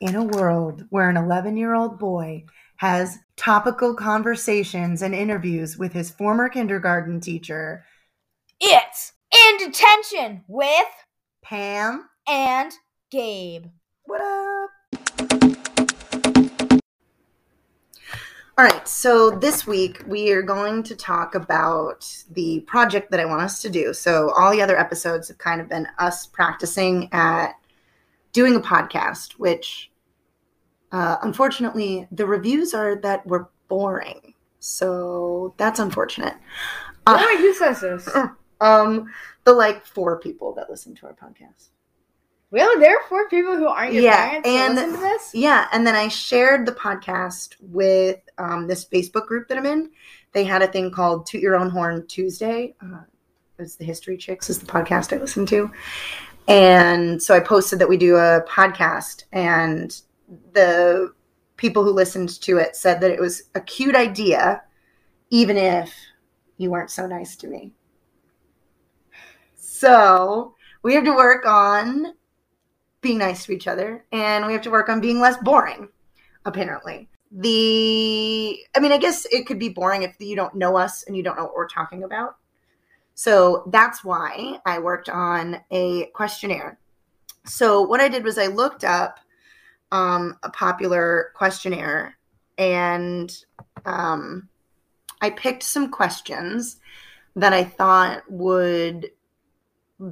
In a world where an 11 year old boy has topical conversations and interviews with his former kindergarten teacher, It's in detention with Pam. and Gabe. What up? All right, so this week we are going to talk about the project that I want us to do. So, all the other episodes have kind of been us practicing at doing a podcast, which uh, unfortunately the reviews are that we're boring. So, that's unfortunate. Uh, you says this? um, the like four people that listen to our podcast. Really? There are four people who aren't your Yeah, parents who and- to listen this? Yeah, and then I shared the podcast with um, this Facebook group that I'm in. They had a thing called "Toot Your Own Horn Tuesday." Uh, it was the History Chicks is the podcast I listen to, and so I posted that we do a podcast, and the people who listened to it said that it was a cute idea, even if you weren't so nice to me. So we have to work on being nice to each other and we have to work on being less boring apparently the i mean i guess it could be boring if you don't know us and you don't know what we're talking about so that's why i worked on a questionnaire so what i did was i looked up um, a popular questionnaire and um, i picked some questions that i thought would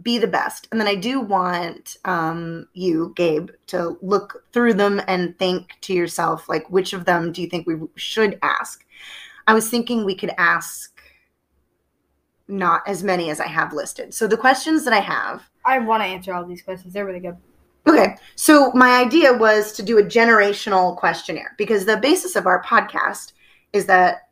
be the best. And then I do want um, you, Gabe, to look through them and think to yourself, like, which of them do you think we should ask? I was thinking we could ask not as many as I have listed. So the questions that I have. I want to answer all these questions. They're really good. Okay, so my idea was to do a generational questionnaire because the basis of our podcast is that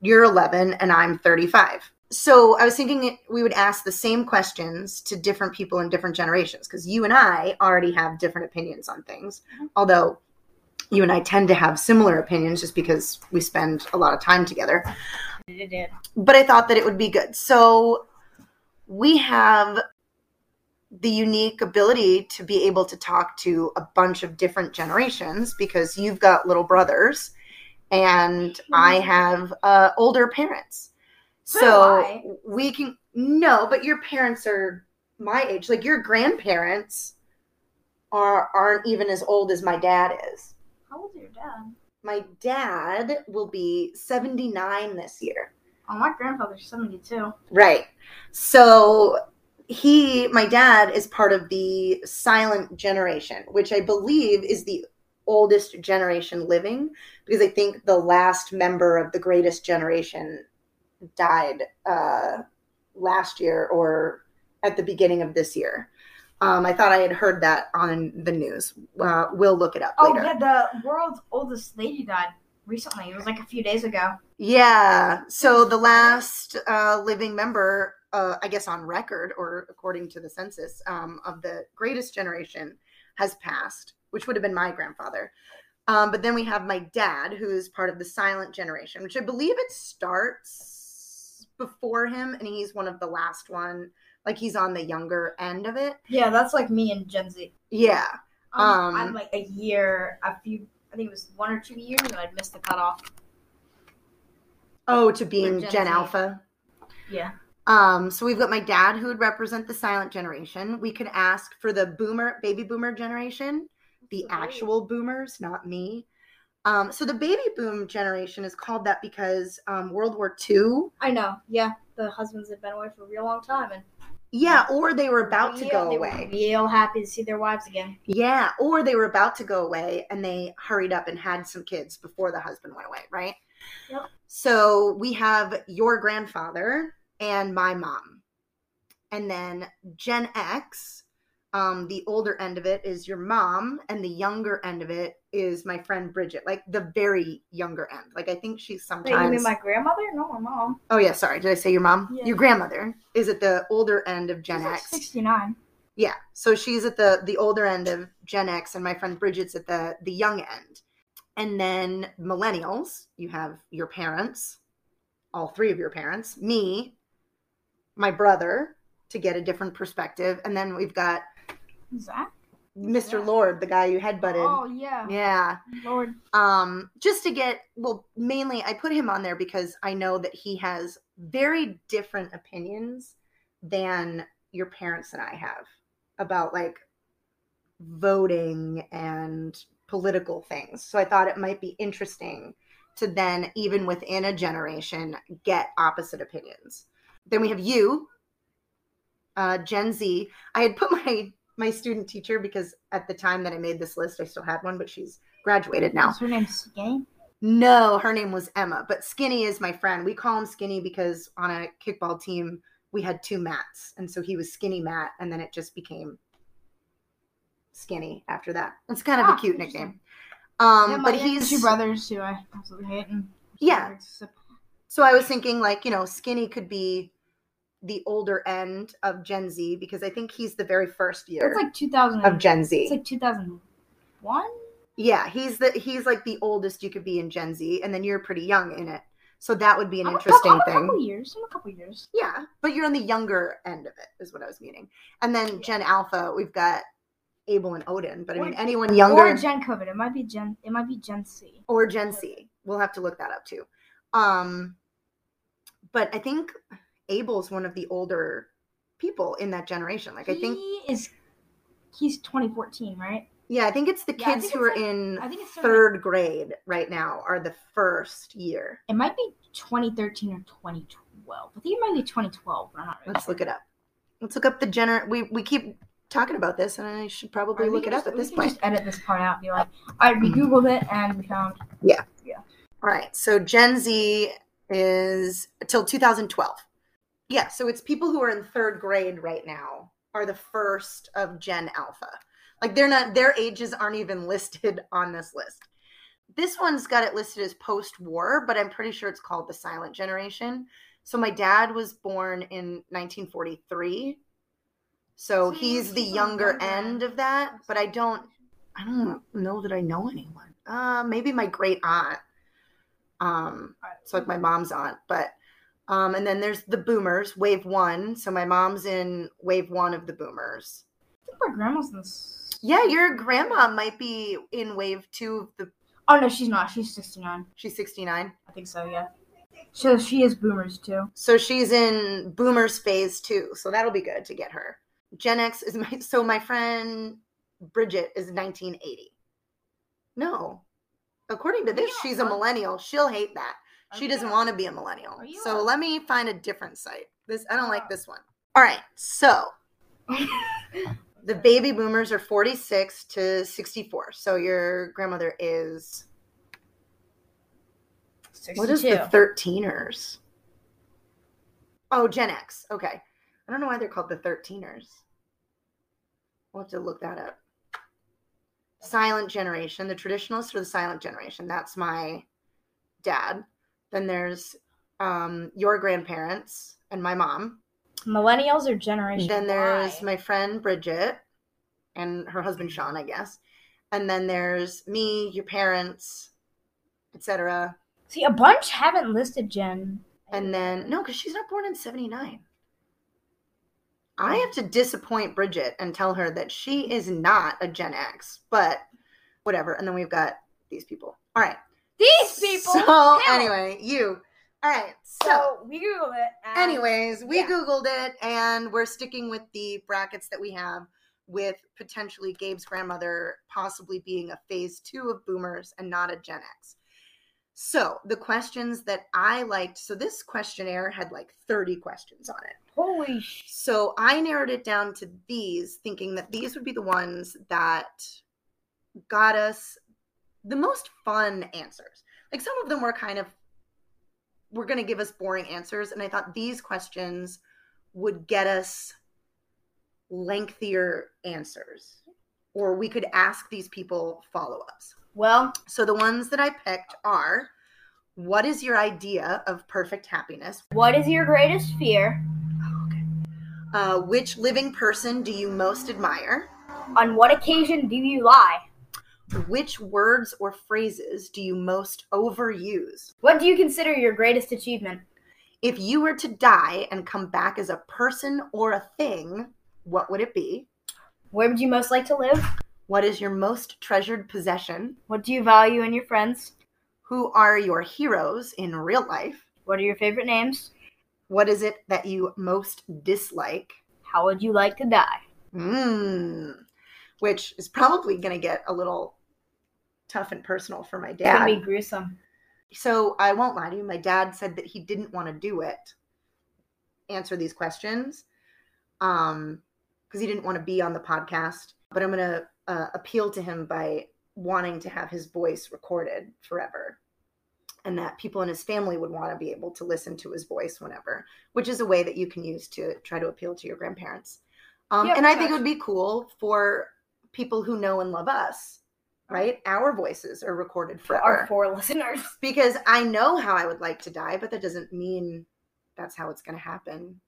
you're 11 and I'm 35. So I was thinking we would ask the same questions to different people in different generations because you and I already have different opinions on things, Mhm. although you and I tend to have similar opinions just because we spend a lot of time together It did. but I thought that it would be good. So we have the unique ability to be able to talk to a bunch of different generations because you've got little brothers and I have uh, older parents. Mm-hmm. So So do I. we can no, but your parents are my age. Like your grandparents are aren't even as old as my dad is. How old is your dad? My dad will be 79 this year. Oh, my grandfather's 72. Right. So he, my dad, is part of the silent generation, which I believe is the oldest generation living, because I think the last member of the greatest generation died uh, last year or at the beginning of this year. Um, I thought I had heard that on the news. Uh, we'll look it up Oh, later. yeah, the world's oldest lady died recently. It was like a few days ago. Yeah. So the last uh, living member, uh, I guess on record or according to the census, um, of the greatest generation has passed, which would have been my grandfather. Um, but then we have my dad, who's part of the silent generation, which I believe it starts before him, and he's one of the last one. Like he's on the younger end of it. Yeah, that's like me and Gen Z. Yeah. Um, Um, I'm like a year, a few, I think it was one or two years, and I'd missed the cutoff. Oh, to being Gen Gen, Z. Alpha. Yeah. Um, so we've got my dad who would represent the silent generation. We could ask for the boomer, baby boomer generation, the actual boomers, not me. Um, so the baby boom generation is called that because um, World War II. I know. Yeah, the husbands had been away for a real long time, and Yeah, or they were about to real- go they away. Were real happy to see their wives again. Yeah, or they were about to go away and they hurried up and had some kids before the husband went away, right? Yep. So we have your grandfather and my mom. And then Gen X, um, the older end of it is your mom, and the younger end of it is my friend Bridget, like the very younger end. Like I think she's Wait, you mean sometimes. my grandmother? No, my mom. oh, yeah, sorry. Did I say your mom? Yeah. Your grandmother is at the older end of Gen She's like X. sixty-nine. Yeah. So she's at the the older end of Gen X and my friend Bridget's at the the young end. And then millennials, you have your parents, all three of your parents, me, my brother to get a different perspective, and then we've got Zach. Mr. Yeah. Lord, the guy you headbutted. Oh yeah, Yeah. Lord. Um, just to get, well, mainly I put him on there because I know that he has very different opinions than your parents and I have about like voting and political things. So I thought it might be interesting to then, even within a generation, get opposite opinions. Then we have you, uh, Gen Z. I had put my my student teacher because at the time that I made this list, I still had one, but she's graduated now. Is her name Skinny? No, her name was Emma, but Skinny is my friend. We call him Skinny because on a kickball team, we had two mats. And so he was Skinny Matt, and then it just became Skinny after that. It's kind of Ah, a cute interesting. nickname. Um, yeah, my but he's two brothers who I absolutely hate. And Yeah. So I was thinking, like, you know, Skinny could be the older end of Gen Z because I think he's the very first year It's like 2000. of Gen Z. It's like 2001. yeah, he's the he's like the oldest you could be in Gen Z, and then you're pretty young in it. So that would be an I'm a cou- interesting I'm a thing. couple years. I'm a couple years. Yeah, but you're on the younger end of it, is what I was meaning. And then Yeah. Gen Alpha, we've got Abel and Odin, but I Or- mean, anyone younger Or Gen COVID. It might be Gen. It might be Gen C. or Gen C. We'll have to look that up too. Um, but I think Abel's one of the older people in that generation. Like, I think, he is. He's 2014, right? yeah, I think it's the Yeah, I kids think who are it's like- in I think it's something like- third grade right now are the first year. It might be 2013 or 2012. I think it might be 2012. But I'm not really Let's sure. look it up. Let's look up the gener. We we keep talking about this, and I should probably Or we look it can up just- at we this can point. Hmm. Just edit this part out. And be like, all right, we googled it and we found. All right. So Gen Z is till 2012. Yeah. So it's people who are in third grade right now are the first of Gen Alpha. Like they're not, their ages aren't even listed on this list. This one's got it listed as post war, but I'm pretty sure it's called the silent generation. So my dad was born in 1943. So So he's he's the on the younger younger end end. of that, but I don't I don't know that I know anyone. Uh, maybe my great aunt. Um, All right, it's like my mom's aunt, but um, and then there's the boomers, wave one. So my mom's in wave one of the boomers. I think my grandma's in this. Yeah, your grandma might be in wave two of the. Oh no, she's not. She's 69. She's 69, I think so. Yeah. So she is boomers too. so she's in boomers phase two. So that'll be good to get her. Gen X is my so my friend Bridget is 1980. No, according to Are this, you- she's a are- millennial. She'll hate that. Oh, She doesn't want to be a millennial. Are you So a- let me find a different site. This I don't like Oh. this one. All right. So to. the baby boomers are 46 to 64. So your grandmother is what is the 13ers? Oh, Gen X. Okay. I don't know why they're called the 13ers. We'll have to look that up. Silent generation, the traditionalist or the silent generation. That's my dad. Then there's um, your grandparents and my mom. Millennials or Generation Then there's Y? my friend Bridget and her husband Sean, I guess. And then there's me, your parents, etc. See, a bunch haven't listed Gen. And then no, because she's not born in '79. I have to disappoint Bridget and tell her that she is not a Gen X, but whatever. And then we've got these people. All right. These people. So count! anyway, you. All right. so So we Googled it. and- Anyways, we Um, yeah. Googled it and we're sticking with the brackets that we have with potentially Gabe's grandmother possibly being a phase two of boomers and not a Gen X. So the questions that I liked, so this questionnaire had like 30 questions on it. Holy sh. So I narrowed it down to these, thinking that these would be the ones that got us the most fun answers. Like some of them were kind of were going to give us boring answers and I thought these questions would get us lengthier answers or we could ask these people follow-ups. Well, So the ones that I picked are what is your idea of perfect happiness? what is your greatest fear? Uh, which living person do you most admire? On what occasion do you lie? Which words or phrases do you most overuse? What do you consider your greatest achievement? If you were to die and come back as a person or a thing, what would it be? Where would you most like to live? What is your most treasured possession? What do you value in your friends? Who are your heroes in real life? What are your favorite names? What is it that you most dislike? How would you like to die? Mmm. Which is probably going to get a little tough and personal for my It's gonna dad. be gruesome. so I won't lie to you. My dad said that he didn't want to do it, answer these questions, um, because he didn't want to be on the podcast. But I'm gonna uh, appeal to him by wanting to have his voice recorded forever, and that people in his family would want to be able to listen to his voice whenever, which is a way that you can use to try to appeal to your grandparents. Um, Yeah, and I pretty think it much. would be cool for people who know and love us, right? Our voices are recorded forever Our four listeners. because I know how I would like to die, but that doesn't mean that's how it's going to happen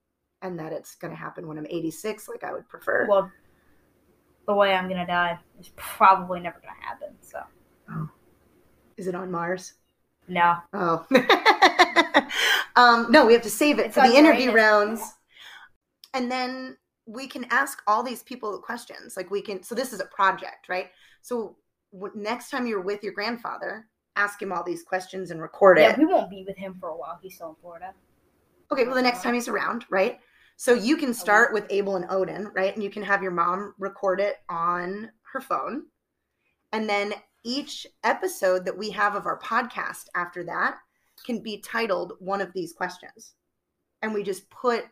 and that it's going to happen when I'm 86 like I would prefer. Well, the way I'm gonna die is probably never gonna happen. So Is it on Mars? no, Oh. um no, we have to save it It's for the on interview Uranus. rounds. And then we can ask all these people questions. Like we can so this is a project, right? So w- next time you're with your grandfather, ask him all these questions and record it. yeah, we won't be with him for a while. He's still in Florida. Okay, well, the next time he's around, right? So you can start with Abel and Odin, right? And you can have your mom record it on her phone. And then each episode that we have of our podcast after that can be titled one of these questions. And we just put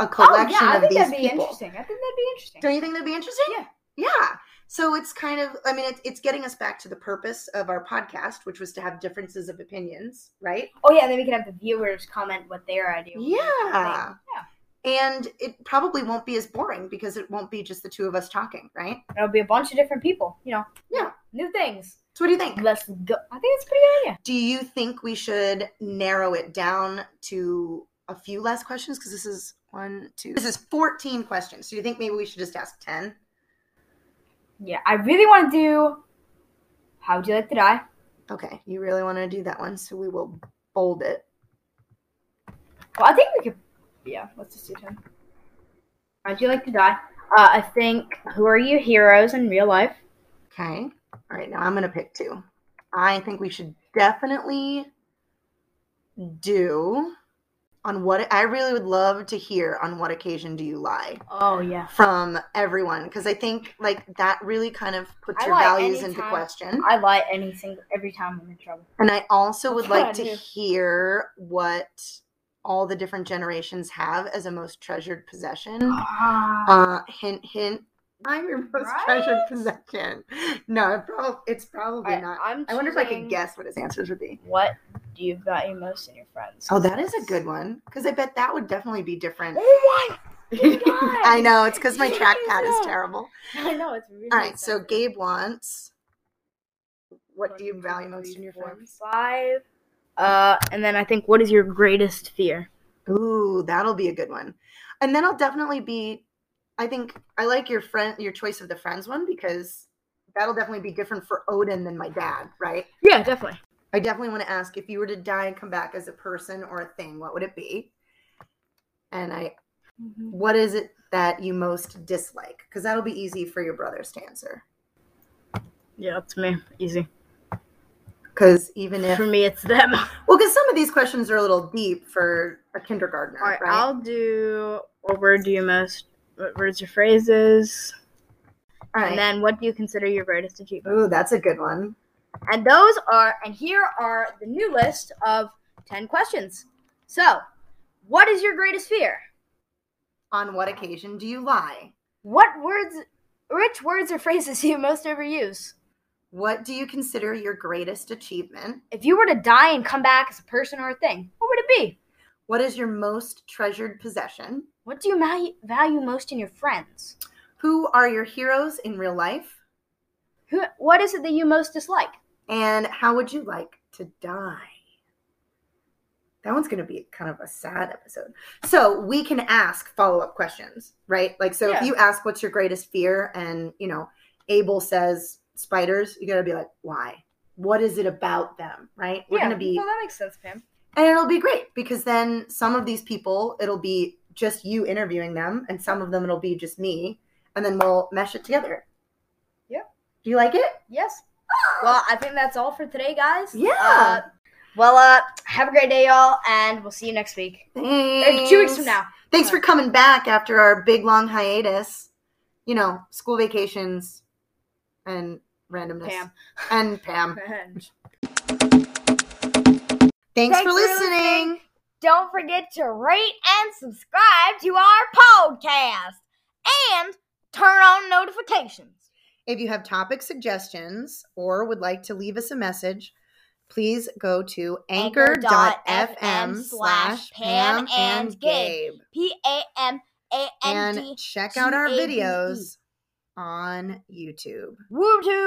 a collection oh yeah, I of think these that'd be people. interesting. I think that'd be interesting. Don't you think that'd be interesting? Yeah. Yeah. So it's kind of, I mean, it's, it's getting us back to the purpose of our podcast, which was to have differences of opinions, right? Oh yeah, then we could have the viewers comment what their idea. was. Yeah. yeah. and it probably won't be as boring because it won't be just the two of us talking, right? It'll be a bunch of different people. You know. Yeah. New things. So what do you think? Let's go. I think it's a pretty good idea. Do you think we should narrow it down to a few less questions? Because this is one, two, this is 14 questions. So you think maybe we should just ask 10? Yeah, I really want to do. How would you like to die? Okay, you really want to do that one, so we will bold it. Well, I think we could. Yeah, let's just do ten. How'd you like to die? Uh, I think. Who are your heroes in real life? Okay. All right, now I'm going to pick two. I think we should definitely do on what I really would love to hear on what occasion do you lie? Oh yeah. from everyone because I think like that really kind of puts I your like values any into time- question. I lie any single every time I'm in trouble. And I also would Yeah, I like to do. hear what all the different generations have as a most treasured possession. Ah. Uh, hint, hint. I'm your most treasured Right? possession. No, it prob- it's probably not. I'm I wonder if I could choosing- guess what his answers would be. What do you value most in your friends? Oh, that is a good one because I bet that would definitely be different. Oh my! I know it's because my Yes. trackpad is terrible. I know it's really. All right, so expensive. Gabe wants. What One, do you two, value three, most in your four, friends? Five. Uh, and then I think, what is your greatest fear? Ooh, that'll be a good one. And then I'll definitely be. I think I like your friend, your choice of the friends one because that'll definitely be different for Odin than my dad, right? Yeah, definitely. I definitely want to ask if you were to die and come back as a person or a thing, what would it be? And I, Mm-hmm. what is it that you most dislike? Because that'll be easy for your brothers to answer. Yeah, that's me. Easy. Because even if For me, it's them. Well, because some of these questions are a little deep for a kindergartner, All right, right? I'll do. What word do you most? What words or phrases? All And right. then, what do you consider your greatest achievement? Ooh, that's a good one. And those are, and here are the new list of ten questions. So, what is your greatest fear? On what occasion do you lie? What words, which words or phrases do you most overuse? What do you consider your greatest achievement? If you were to die and come back as a person or a thing, what would it be? What is your most treasured possession? What do you ma- value most in your friends? Who are your heroes in real life? Who, what is it that you most dislike? And how would you like to die? That one's going to be kind of a sad episode. So we can ask follow up questions, right? Like, so if Yeah. you ask, what's your greatest fear? And, you know, Abel says spiders, you got to be like, why? What is it about them, right? We're going to be, that makes sense, Pam. and it'll be great because then some of these people, it'll be just you interviewing them, and some of them, it'll be just me. and then we'll mesh it together. Yeah. Do you like it? Yes. Well, I think that's all for today, guys. Yeah. Uh, well, uh, have a great day, y'all, and we'll see you next week. Thanks. Uh, two weeks from now. Thanks for coming back after our big long hiatus. You know, school vacations and randomness. Pam. And Pam. Thanks, Thanks, for listening. Don't forget to rate and subscribe to our podcast and turn on notifications. If you have topic suggestions or would like to leave us a message, please go to anchor.fm slash Pam and Gabe P A M A N D. and check out our G A B E. videos on YouTube. Woo-too!